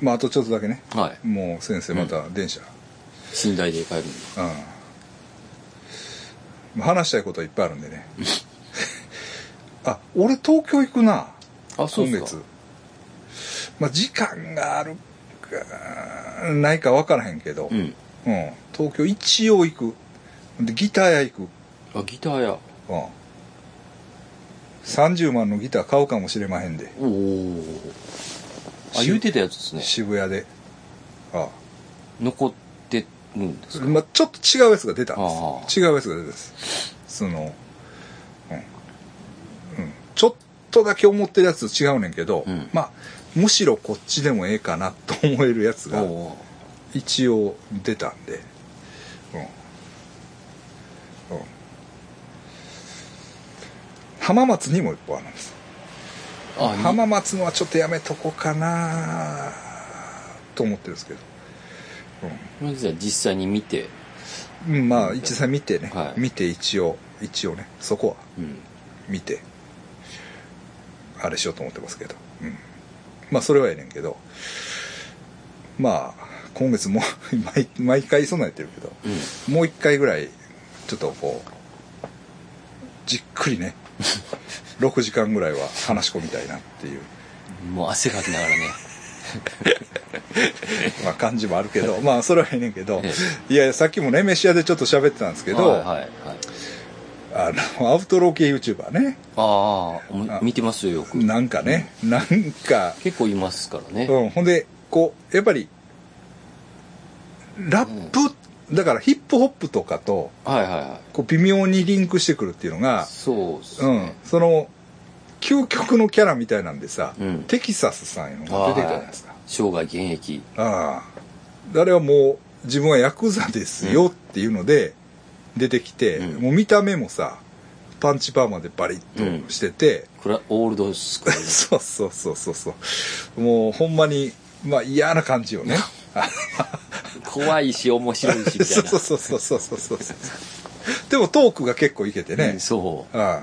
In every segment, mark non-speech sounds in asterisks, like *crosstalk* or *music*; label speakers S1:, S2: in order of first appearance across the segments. S1: まああとちょっとだけね
S2: はい
S1: もう先生また電車
S2: 寝台で帰るんで
S1: うん、まあ話したいことはいっぱいあるんで
S2: *laughs*
S1: ねあ俺東京行くな
S2: あそうっ
S1: 今
S2: すか
S1: 月まあ時間があるかないか分からへんけど、
S2: う
S1: うん
S2: ん
S1: 東京一応行くでギター屋行く、
S2: あギターや
S1: うん、30万のギター買うかもしれまへんで
S2: おおあ
S1: し
S2: 言うてたやつですね
S1: 渋谷であ
S2: 残ってるんですか
S1: まあ、ちょっと違うやつが出たん
S2: ああ
S1: です違うやつが出たんですその、うんうん、ちょっとだけ思ってるやつと違うねんけど、
S2: うん
S1: まあむしろこっちでもええかなと思えるやつ
S2: お
S1: が
S2: お
S1: 一応出たんでうん、うん、浜松にも一本あるんです
S2: あに
S1: 浜松のはちょっとやめとこうかなと思ってるんですけど
S2: まずは実際に見て
S1: うん、まあ一応見てね、
S2: はい
S1: 見て一応一応ねそこは
S2: うん
S1: 見てあれしようと思ってますけど、うん、まあそれはええねんけどまあ今月も *laughs* 毎毎回そんなんやってるけど
S2: うん
S1: もう一回ぐらいちょっとこうじっくり
S2: *laughs*
S1: ね6時間ぐらいは話し込みたいなっていう、
S2: もう汗かきながらね。
S1: まあ、感じもあるけどまあそれはええねんけど
S2: え
S1: いやいやさっきもね飯屋でちょっと喋ってたんですけど、
S2: はいはいはい。
S1: あのアウトロー系 YouTuber ね
S2: ああ
S1: あ
S2: も、見てますよ、よく。
S1: なんかね、なんか、
S2: 結構いますからね。
S1: うん、ほんで、こう、やっぱり、ラップ、だからヒップホップとかと、
S2: はいはいは
S1: こう、微妙にリンクしてくるっていうの
S2: い。
S1: が、
S2: そうっす
S1: う
S2: ね
S1: ん。、その、究極のキャラみたいなんでさ、
S2: うん
S1: テキサスさんいうのが出てきたじゃないですか。
S2: 生涯現役。
S1: ああ。あれはもう、自分はヤクザですよっていうので、出てきて、
S2: うん
S1: もう見た目もさ、パンチパーマでバリッとしてて、
S2: クラオールドスクールね。
S1: そうそうそうそうそう。もうほんまに、まあ嫌な感じよね。
S2: 怖いし、面白いし、みた
S1: そ
S2: いうな。
S1: そうそうそうそうそうそう。でもトークが結構いけて
S2: う
S1: ね
S2: ん。そ
S1: ああ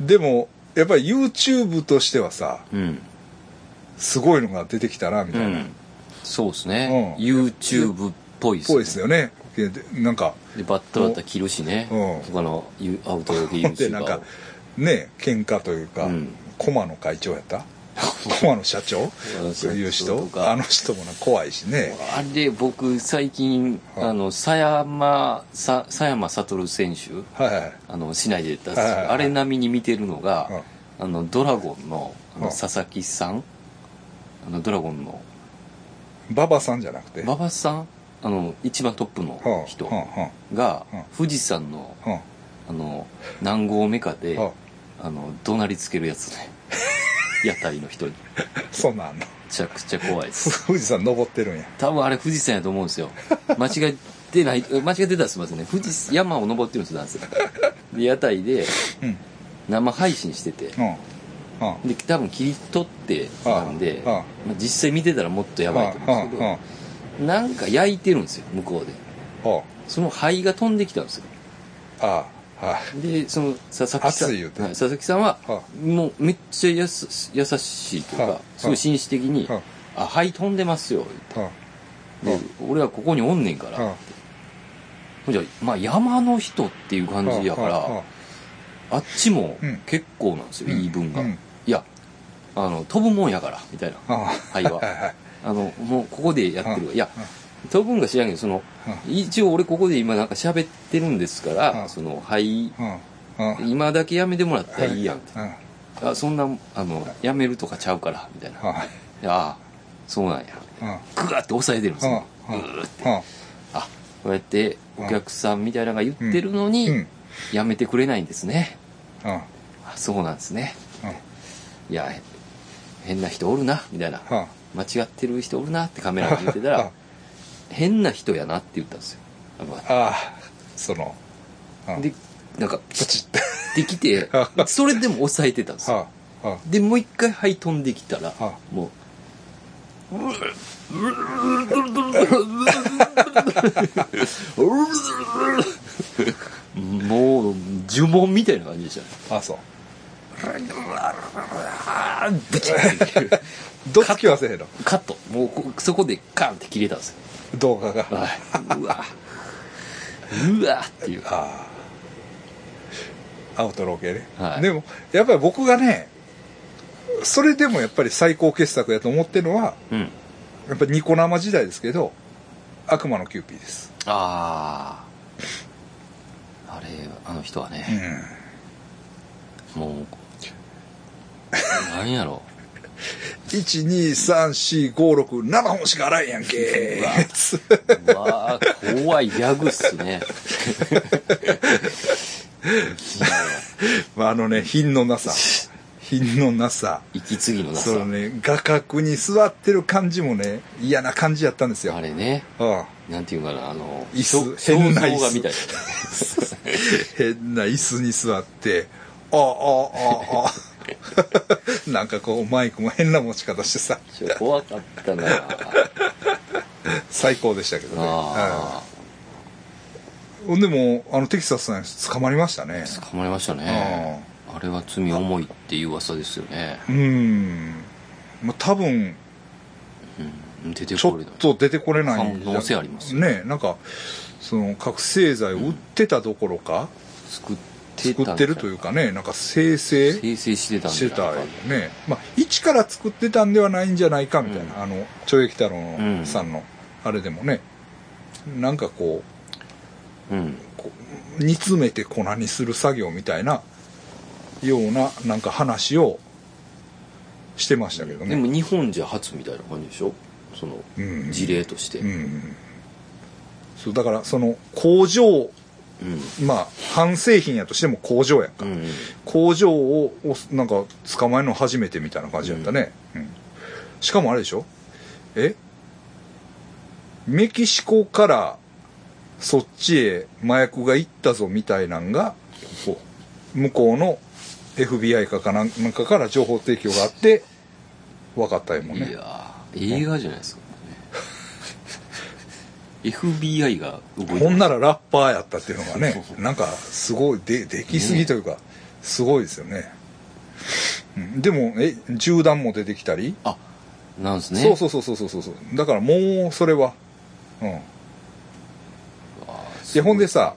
S1: でも、やっぱり YouTube としてはさ、
S2: う。うん。
S1: すごいのが出てきたな、み
S2: う
S1: たいな。っ
S2: ん。そうっすね。
S1: うん
S2: YouTube っぽいっすね。
S1: ぽいですよね。でなんか、
S2: で、バッタバッタ切るしね。
S1: うん
S2: 他のユアウトロー
S1: ほんでなん
S2: YouTuber
S1: か
S2: を。、
S1: ね、喧嘩というか、
S2: うん
S1: コマの会長やったコマの社長
S2: の社長
S1: いう
S2: と
S1: 人
S2: か
S1: あの人もな怖いしね。
S2: あれ、僕、最近、あの、佐山、さ佐山悟選手。
S1: はいはい。
S2: あの市内で出す、
S1: はいはいはい
S2: あれ並みに見てるのが、あのドラゴンのあの
S1: うん
S2: 佐々木さんあのドラゴンの
S1: 馬場さんじゃなくて。
S2: 馬場さんあの一番トップの人
S1: はあは
S2: が
S1: うん
S2: 富士山の
S1: あはあは
S2: あの何合目かで
S1: あはあ
S2: あの怒鳴りつけるやつね *laughs* 屋台の人にめ
S1: そんなんあんの *laughs*
S2: ちゃくちゃ怖いです
S1: 富士山登ってるんや
S2: 多分あれ富士山やと思うんですよ間違ってない間違ってたらすいませんね富士山を登ってるんですよ男性で屋台で
S1: うん
S2: 生配信してて
S1: うんうん
S2: で多分切り取ってなんで、
S1: ああああ
S2: まあ、実際見てたらもっとやばいと思うんですけど、なんか焼いてるんですよ向こうで
S1: うんうん
S2: その灰が飛んできたんですよ
S1: ああはい
S2: でその佐々木さん
S1: 熱い言うて
S2: はい佐々木さんは、
S1: は
S2: もうめっちゃやす優しいというか、
S1: はあ
S2: すごい紳士的に「
S1: は
S2: あ灰飛んでますよ」
S1: うん
S2: で
S1: は
S2: 俺はここにおんねんから」
S1: は
S2: ほんじゃまあ山の人っていう感じやから、
S1: はは
S2: あっちも
S1: うん
S2: 結構なんですよ、
S1: うん
S2: 言い分が、
S1: うん
S2: いやあの飛ぶもんやからみたいな
S1: あ
S2: 灰は
S1: はいはい
S2: あの、もうここでやってるわ。いや
S1: うん、
S2: 当分が知らんけど、その、一応俺ここで今なんか喋ってるんですか
S1: う
S2: ら、
S1: ん
S2: その、はい、
S1: うんうん
S2: 今だけやめてもらったら
S1: はい
S2: いやんって。
S1: うん
S2: あ、そんな、あの、やめるとかちゃうから、みたいな。あ
S1: はい
S2: あ、そうなんや。
S1: うんうん
S2: グワって押さえてるんですよ。
S1: う
S2: グ
S1: ん
S2: ーって。
S1: うん
S2: あ、こうやってお客さんみたいなのが言ってるの
S1: う
S2: に
S1: ん、
S2: やめてくれないんですね。
S1: うんうん
S2: あ、そうなんですね。いや、へ変な人おるな、みたいな。
S1: うん
S2: 間違ってる人おるなってカメラが言ってた
S1: は
S2: ら
S1: い、
S2: 変な人やなって言ったんですよ。あの
S1: ああそのうん
S2: で、なんか、プチってきて、それでも抑えてたんですよ。
S1: はあは
S2: で、もう一回灰飛んできたら
S1: は、
S2: もう、もう、呪文みたいな感じでしたね。
S1: ああそう
S2: ブチって
S1: *laughs* どつきはせえへんの
S2: カットもうこそこでカンって切れたんですよ
S1: 動画があ
S2: はい、うわうわっていう
S1: あアウトロー系ね、
S2: はい
S1: でもやっぱり僕がねそれでもやっぱり最高傑作やと思ってるのは
S2: うん
S1: やっぱりニコ生時代ですけど悪魔のキューピーです
S2: あああれあの人は
S1: う
S2: ね、
S1: ん
S2: もう何やろ
S1: 1234567本しかあらんやんけ *laughs*
S2: うわ
S1: つ
S2: うわー怖いギャグっすね *laughs*
S1: まああのね品のなさ品のなさ
S2: 息継ぎのなさ
S1: *laughs* そのね画角に座ってる感じもね嫌な感じやったんですよ
S2: あれね
S1: うん
S2: なんていうかなあの
S1: 椅子
S2: 肖
S1: 変な椅子
S2: 像画みたい *laughs*
S1: 変な椅子に座ってあああああ *laughs* なんかこうマイクも変な持ち方してさ
S2: な怖かっ
S1: *laughs*
S2: たな
S1: 最高でしたけどね、
S2: あ
S1: うんほんでもうあのテキサスのやつ捕まりましたね
S2: あ捕まりましたねあれは罪重いっていう噂ですよね、
S1: うん、まあ、多分
S2: うん、出て
S1: ちょ
S2: こ
S1: っ
S2: れない
S1: と出てこれないんじゃ
S2: 可能性ありますよ
S1: ねなんかその覚醒剤を売ってたどころか、
S2: 作ってたんじゃ
S1: 作ってるというかねなんか生成
S2: 生成してたん
S1: し
S2: じゃ
S1: て
S2: ないか
S1: た
S2: な
S1: よね、まあ、一から作ってたんではないんじゃないかみたいな、
S2: うん
S1: あの懲役太郎さんのあれでもね、なんかこ
S2: うん
S1: うこう煮詰めて粉にする作業みたいなようななんか話をしてましたけど
S2: で
S1: ね
S2: も日本じゃ初みたいな感じでしょその
S1: うん
S2: 事例として、
S1: うんそうだからその工場
S2: うん
S1: まあ半製品やとしても工場やんか、
S2: うん
S1: 工場をおなんか捕まえるの初めてみたいな感じだったね、うんしかもあれでしょえメキシコからそっちへ麻薬が行ったぞみたいなんがこう向こうの FBI かかなんなんかから情報提供があって分かったよもん
S2: い
S1: ね
S2: やー映画じゃないですか、ね、FBI が動いて
S1: ほんならラッパーやったっていうのがねなんかすごいでできすぎというかすごいですよね、うん、でもえ銃弾も出てきたり
S2: あなんですね
S1: そうそうそうそうそうそうだからもうそれはうん
S2: あー
S1: でほんでさ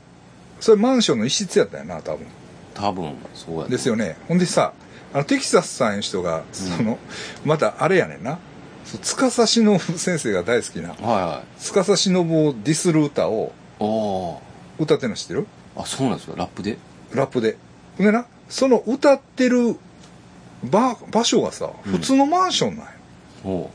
S1: それマンションの一室やったよな多分
S2: 多分そうやと
S1: ですよねほんでさあのテキサスさんいう人がその、またあれやねんなそう司忍先生が大好きな
S2: はいはい
S1: 司忍をディスる歌を
S2: あ
S1: 歌ってんの知ってる
S2: ああそうなんですよラップで
S1: ラップでほんでなその歌ってる場場所がさ
S2: うん
S1: 普通のマンションなんよ、
S2: お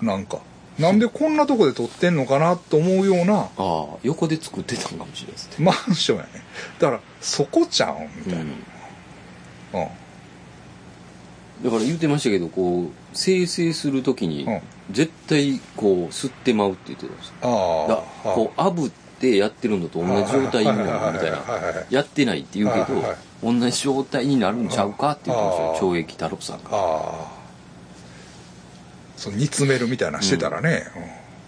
S2: う
S1: なんかなんでこんなとこで撮ってんのかなと思うような
S2: ああ横で作ってたんかもしれないですね
S1: マンションやねだからそこちゃうんみたいな、うん
S2: だから言ってましたけどこう生成するときに
S1: うん
S2: 絶対こう吸ってまうって言ってたんですよ
S1: ああ
S2: だこう炙ってやってるのと同じ状態になるみたいな
S1: はいはいはいはい
S2: やってないって言う
S1: は
S2: け
S1: いはいはい
S2: ど同じ状態になるんちゃうかって言ってました
S1: う
S2: よ懲役太郎さんが
S1: ああそう煮詰めるみたいなしてたらね、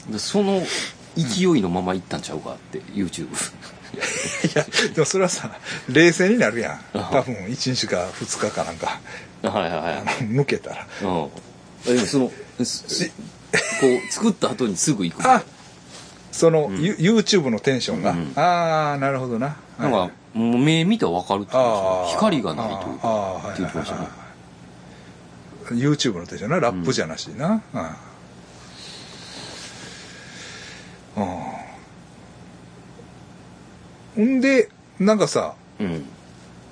S1: うん
S2: でその勢いのままいったんちゃうかって
S1: *laughs*
S2: YouTube
S1: いやでもそれはさ冷静になるやん多分1日か2日かなんか
S2: はいはいはい
S1: 抜けたら
S2: うん。でもその、すこう、作った後にすぐ行く。
S1: あその、ユ YouTube のテンションが、
S2: うん
S1: ああなるほどな
S2: なん
S1: はい
S2: か、もう目見たらわかるって言ってま
S1: あ
S2: し
S1: あ
S2: た光がないという
S1: あ
S2: か
S1: あ、はい
S2: って言ってましたね。
S1: YouTube の手じゃなラップじゃなしな、うんああほんでなんかさ
S2: うん。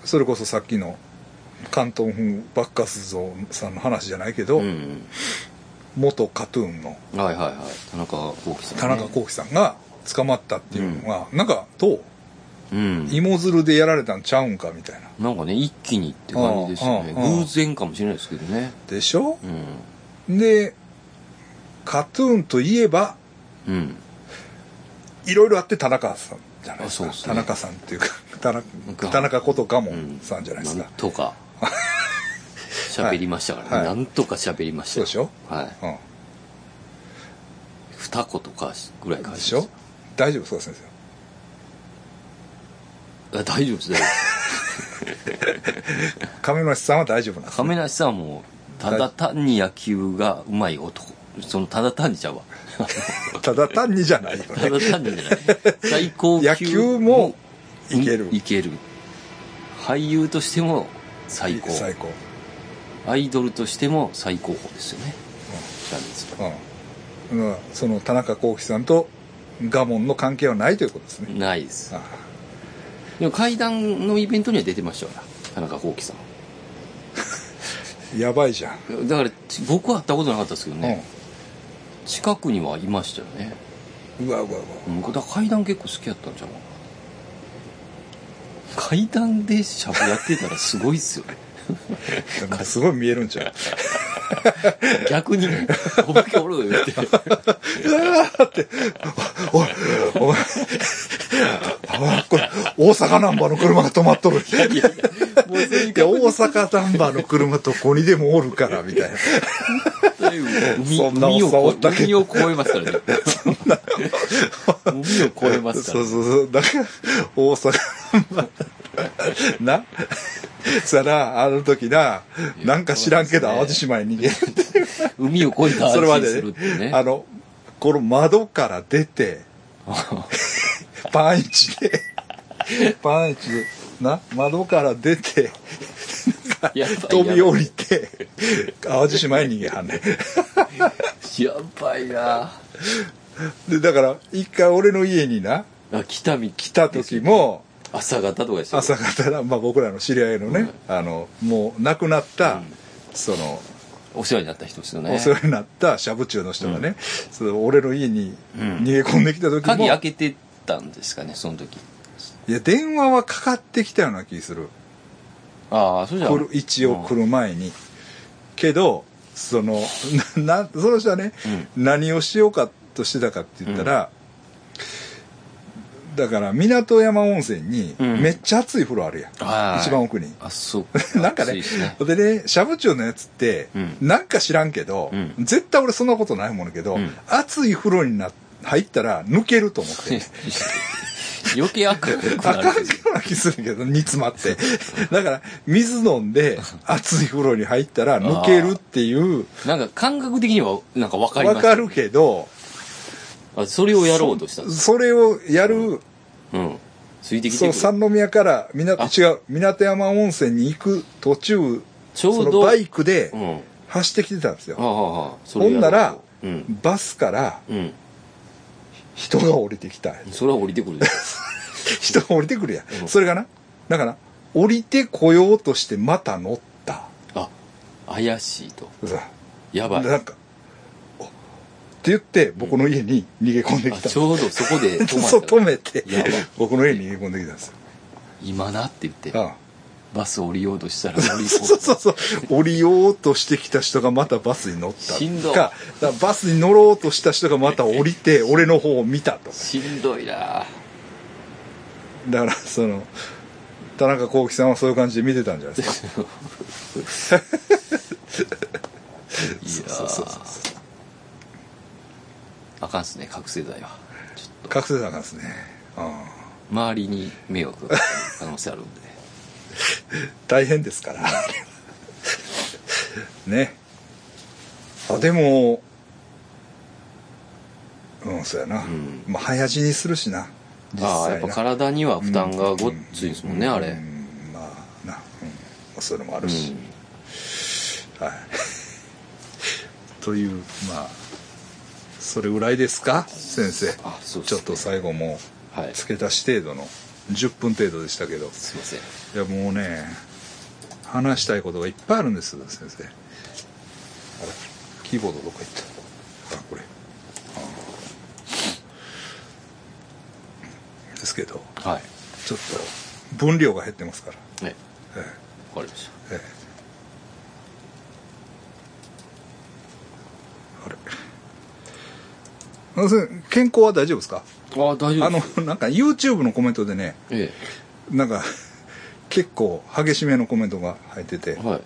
S1: それこそさっきの関東風爆火す像さんの話じゃないけど、
S2: うん。
S1: 元カトゥーンの
S2: はいはいはい。田中幸喜さん。
S1: 田中
S2: 喜。
S1: 聖さんが捕まったっていうのが、なんかどう
S2: うん。
S1: 芋づるでやられたんちゃうんかみたいな
S2: なんかね、一気にって感じですよね。
S1: ああああ
S2: 偶然かもしれないですけどね。
S1: でしょ
S2: うん。
S1: でカトゥーンといえば
S2: うん。
S1: いろいろあって田中さんじゃないですか
S2: あそうですね
S1: 田中さんっていうか *laughs* 田
S2: が
S1: 中田中ことガモ
S2: うん
S1: ンさんじゃないですか、
S2: ん
S1: *laughs*
S2: とか。喋りましたから
S1: は
S2: ね。
S1: い
S2: なんとか喋りましたよ
S1: そうで
S2: はい。
S1: うん
S2: 二言かぐらいか
S1: でしょ大丈夫そうですね
S2: あ大丈夫です、大丈夫です。
S1: 亀梨さんは大丈夫なんです
S2: 亀梨さんはもうただ単に野球がうまい男そのただ単
S1: *laughs*
S2: にちゃうわ
S1: ただ単にじゃないよ
S2: た
S1: ね
S2: だ単にじゃない最高級
S1: *laughs* 野球もいける
S2: いける俳優としても最高
S1: 最高
S2: アイドルとしても最高峰ですよね、ジャニーズは
S1: うんうんその田中幸喜さんとガモンの関係はないということですね
S2: ないです
S1: あ
S2: でも階段のイベントには出てましたから田中幸喜さん
S1: あやばいじゃん、
S2: だからち僕は会ったことなかったですけどね、近くにはいましたよね
S1: うんうわうわうわ
S2: うんだから階段結構好きやったんちゃうかな階段でシャブやってたらすごいっすよ
S1: *laughs*
S2: ね
S1: なんかすごい見えるんちゃう
S2: 逆にお化けおるよって
S1: おいお前 *laughs* あこれ大阪ナンバーの車が止まっとる
S2: いやいやもうそれに
S1: いや大阪ナンバーの車どこにでもおるからみたいな
S2: 海
S1: そんなおっ
S2: 海
S1: さんお
S2: を
S1: った
S2: 越
S1: け
S2: え海を越えますからね *laughs* 海を越えますか
S1: そ
S2: ら
S1: うそうそうだから大阪なさらあの時ななんか知らんけど
S2: そう
S1: 淡
S2: で
S1: 路
S2: す
S1: 島に逃げるって
S2: 海を越えた
S1: それま
S2: 話
S1: です
S2: る
S1: ね
S2: っていうね
S1: あのこの窓から出てパンイチでパンイチでな窓から出て
S2: やばい
S1: 飛び降りて淡路島へ逃げはんねん
S2: やばいな
S1: でだから一回俺の家にな
S2: あ来たみ
S1: 来た時も
S2: 朝方とかでした
S1: 朝方な、まあ、僕らの知り合いのね、あのもう亡くなった、その
S2: お世話になった人ですよね
S1: お世話になったしゃぶ中の人がね、その俺の家に
S2: ん
S1: 逃げ込んできた時も、
S2: 鍵開
S1: い
S2: けてたんですかねその時
S1: や電話はかかってきたような気する
S2: ああそれじゃ
S1: 来る一応来る前に、けどその *laughs* ななその人はね、何をしようかとしてたかって言ったら、だから港山温泉に
S2: うん
S1: めっちゃ熱い風呂あるやん、
S2: はい
S1: 一番奥に。
S2: あそう
S1: *laughs* なんか
S2: 暑い
S1: ね
S2: し、
S1: でね、シャブチューのやつって、
S2: うん
S1: なんか知らんけど、
S2: うん
S1: 絶対俺そんなことないもんだけど、
S2: うん
S1: 熱い風呂にな入ったら抜けると思
S2: *laughs*
S1: って。
S2: *laughs* 余計悪く
S1: あか
S2: なんる
S1: よ *laughs* うな気するけど、煮詰まって。 *laughs* だから、水飲ん
S2: *laughs*
S1: で、熱い風呂に入ったら抜けるっていう、
S2: なんか感覚的にはなんか分かり
S1: わ
S2: ました
S1: かるけど、
S2: あそれをやろうとしたんです
S1: それをやる、
S2: うんついてき
S1: そ
S2: て
S1: う、
S2: くる
S1: 三宮から、みな、
S2: あ
S1: 違う、港山温泉に行く途中、
S2: ちょう
S1: そ
S2: ど
S1: のバイクで
S2: うんは
S1: 走ってきてたんですよ。
S2: あはあはあそれ
S1: ほん
S2: を
S1: な
S2: やろうと
S1: ら、
S2: うん
S1: バスから
S2: うん
S1: 人が降りてきた。
S2: それは降りてくるでし
S1: 人が降りてくるやん。
S2: うん
S1: それがな、だから、降りてこようとしてまた乗った。
S2: ょあ怪しいと
S1: さ
S2: やばい
S1: なんか、おって言って、僕の家に逃げ込んで
S2: あ
S1: きた。 *laughs*
S2: ちょうどそこで止ま
S1: そう、
S2: ったか
S1: 止
S2: ら
S1: めて
S2: やばい、
S1: 僕の家に逃げ込んできたんですよ。
S2: 今なって言って
S1: あ
S2: バス降りようとしたら乗り
S1: あ
S2: 込む
S1: そうそうそう。降りようとしてきた人がまたバスに乗った。
S2: しんどい
S1: か、だからバスに乗ろうとした人がまた降り
S2: *laughs*
S1: て、俺の方を見たと。
S2: しんどいな
S1: だから、その、田中幸喜さんはそういう感じで見てたんじゃないですか。
S2: いや *laughs* ー
S1: そうそうそう
S2: あかんっすね覚醒剤はちょっと
S1: 覚醒剤なんですね。うん
S2: 周りに迷惑がかかる可能性あるんで
S1: 大変ですから。 *laughs* ね。あ、でも、うん、そうやな。
S2: ん
S1: まあ、早死にするしな。 *laughs* 実際な
S2: ああやっぱ体には負担がごっついですもんね、あ
S1: う
S2: れ
S1: んまあ、な。うんまあ。そういうのもあ
S2: う
S1: るし。
S2: ん
S1: はい。 *laughs* という、まあ、それぐらいですか先生。
S2: あそうで
S1: ちょ
S2: すね
S1: っと最後も、
S2: はいう
S1: 付け足し程度の、10分程度でしたけど。
S2: すいません
S1: いやもうね話したいことがいっぱいあるんです先生あれキーボードどこ行ったあこれあーですけど
S2: はい
S1: ちょっと分量が減ってますから、
S2: ね
S1: え
S2: わかりました
S1: えええあれあの先生健康は大丈夫ですか
S2: ああ大丈
S1: あ
S2: 夫で
S1: の
S2: す
S1: なんか YouTube のコメントでね
S2: え
S1: なんか結構激しめのコメントが入ってて
S2: えはい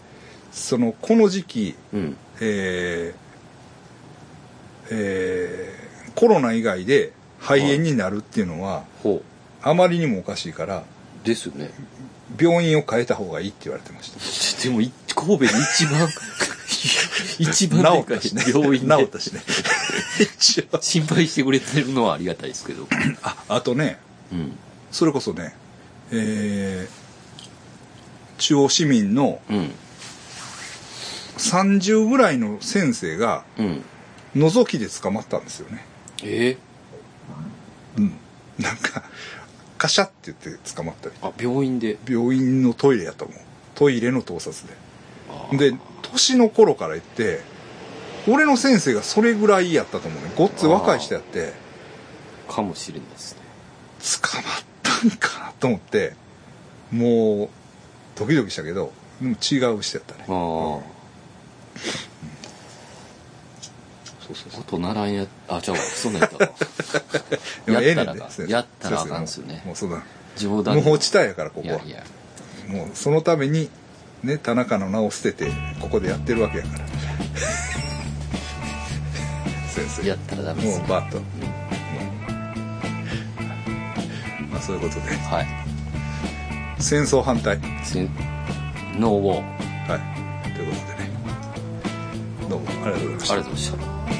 S1: そのこの時期
S2: うん
S1: えーえーコロナ以外で肺炎になるっていうのは
S2: ほ
S1: あまりにもおかしいから
S2: うですよね
S1: 病院を変えた方がいいって言われてました *laughs*
S2: でもい神戸で一番一
S1: 治
S2: 番で
S1: っ
S2: か
S1: たしね
S2: い病院
S1: 治っ
S2: で
S1: たしね *laughs* 一応
S2: 心配してくれてるのはありがたいですけど、
S1: ああとね
S2: うん
S1: それこそねえー中央市民の
S2: うん
S1: 30ぐらいの先生が
S2: うん
S1: 覗きで捕まったんですよね
S2: え
S1: うんなんかカシャって言って捕まったり
S2: ー、あ病院で
S1: 病院のトイレやと思うトイレの盗撮で
S2: あー
S1: で年の頃から言って俺の先生がそれぐらいやったと思うねごっつ若い人やって
S2: かもしれないですね
S1: 捕まったんかなと思ってもうドキドキしたけどでも違う人やったね
S2: あー
S1: そうそうそう
S2: あと習いやあちゃうわそんなんやったわ
S1: *laughs* でもええねん
S2: やったらあ
S1: で先生
S2: かんやったらあかんっすよね
S1: 先生もうそうだ
S2: 冗談
S1: 無法地帯やからこ
S2: い
S1: こは
S2: やいや
S1: もうそのためにね田中の名を捨ててここでやってるわけや
S2: *laughs*
S1: から先生
S2: やったらダメで
S1: も
S2: す
S1: うバッと、まあ、そういうことで
S2: はい
S1: 戦争反対
S2: せんノーウォーあ
S1: はいということでねどうもありがとうございました
S2: りがとうございました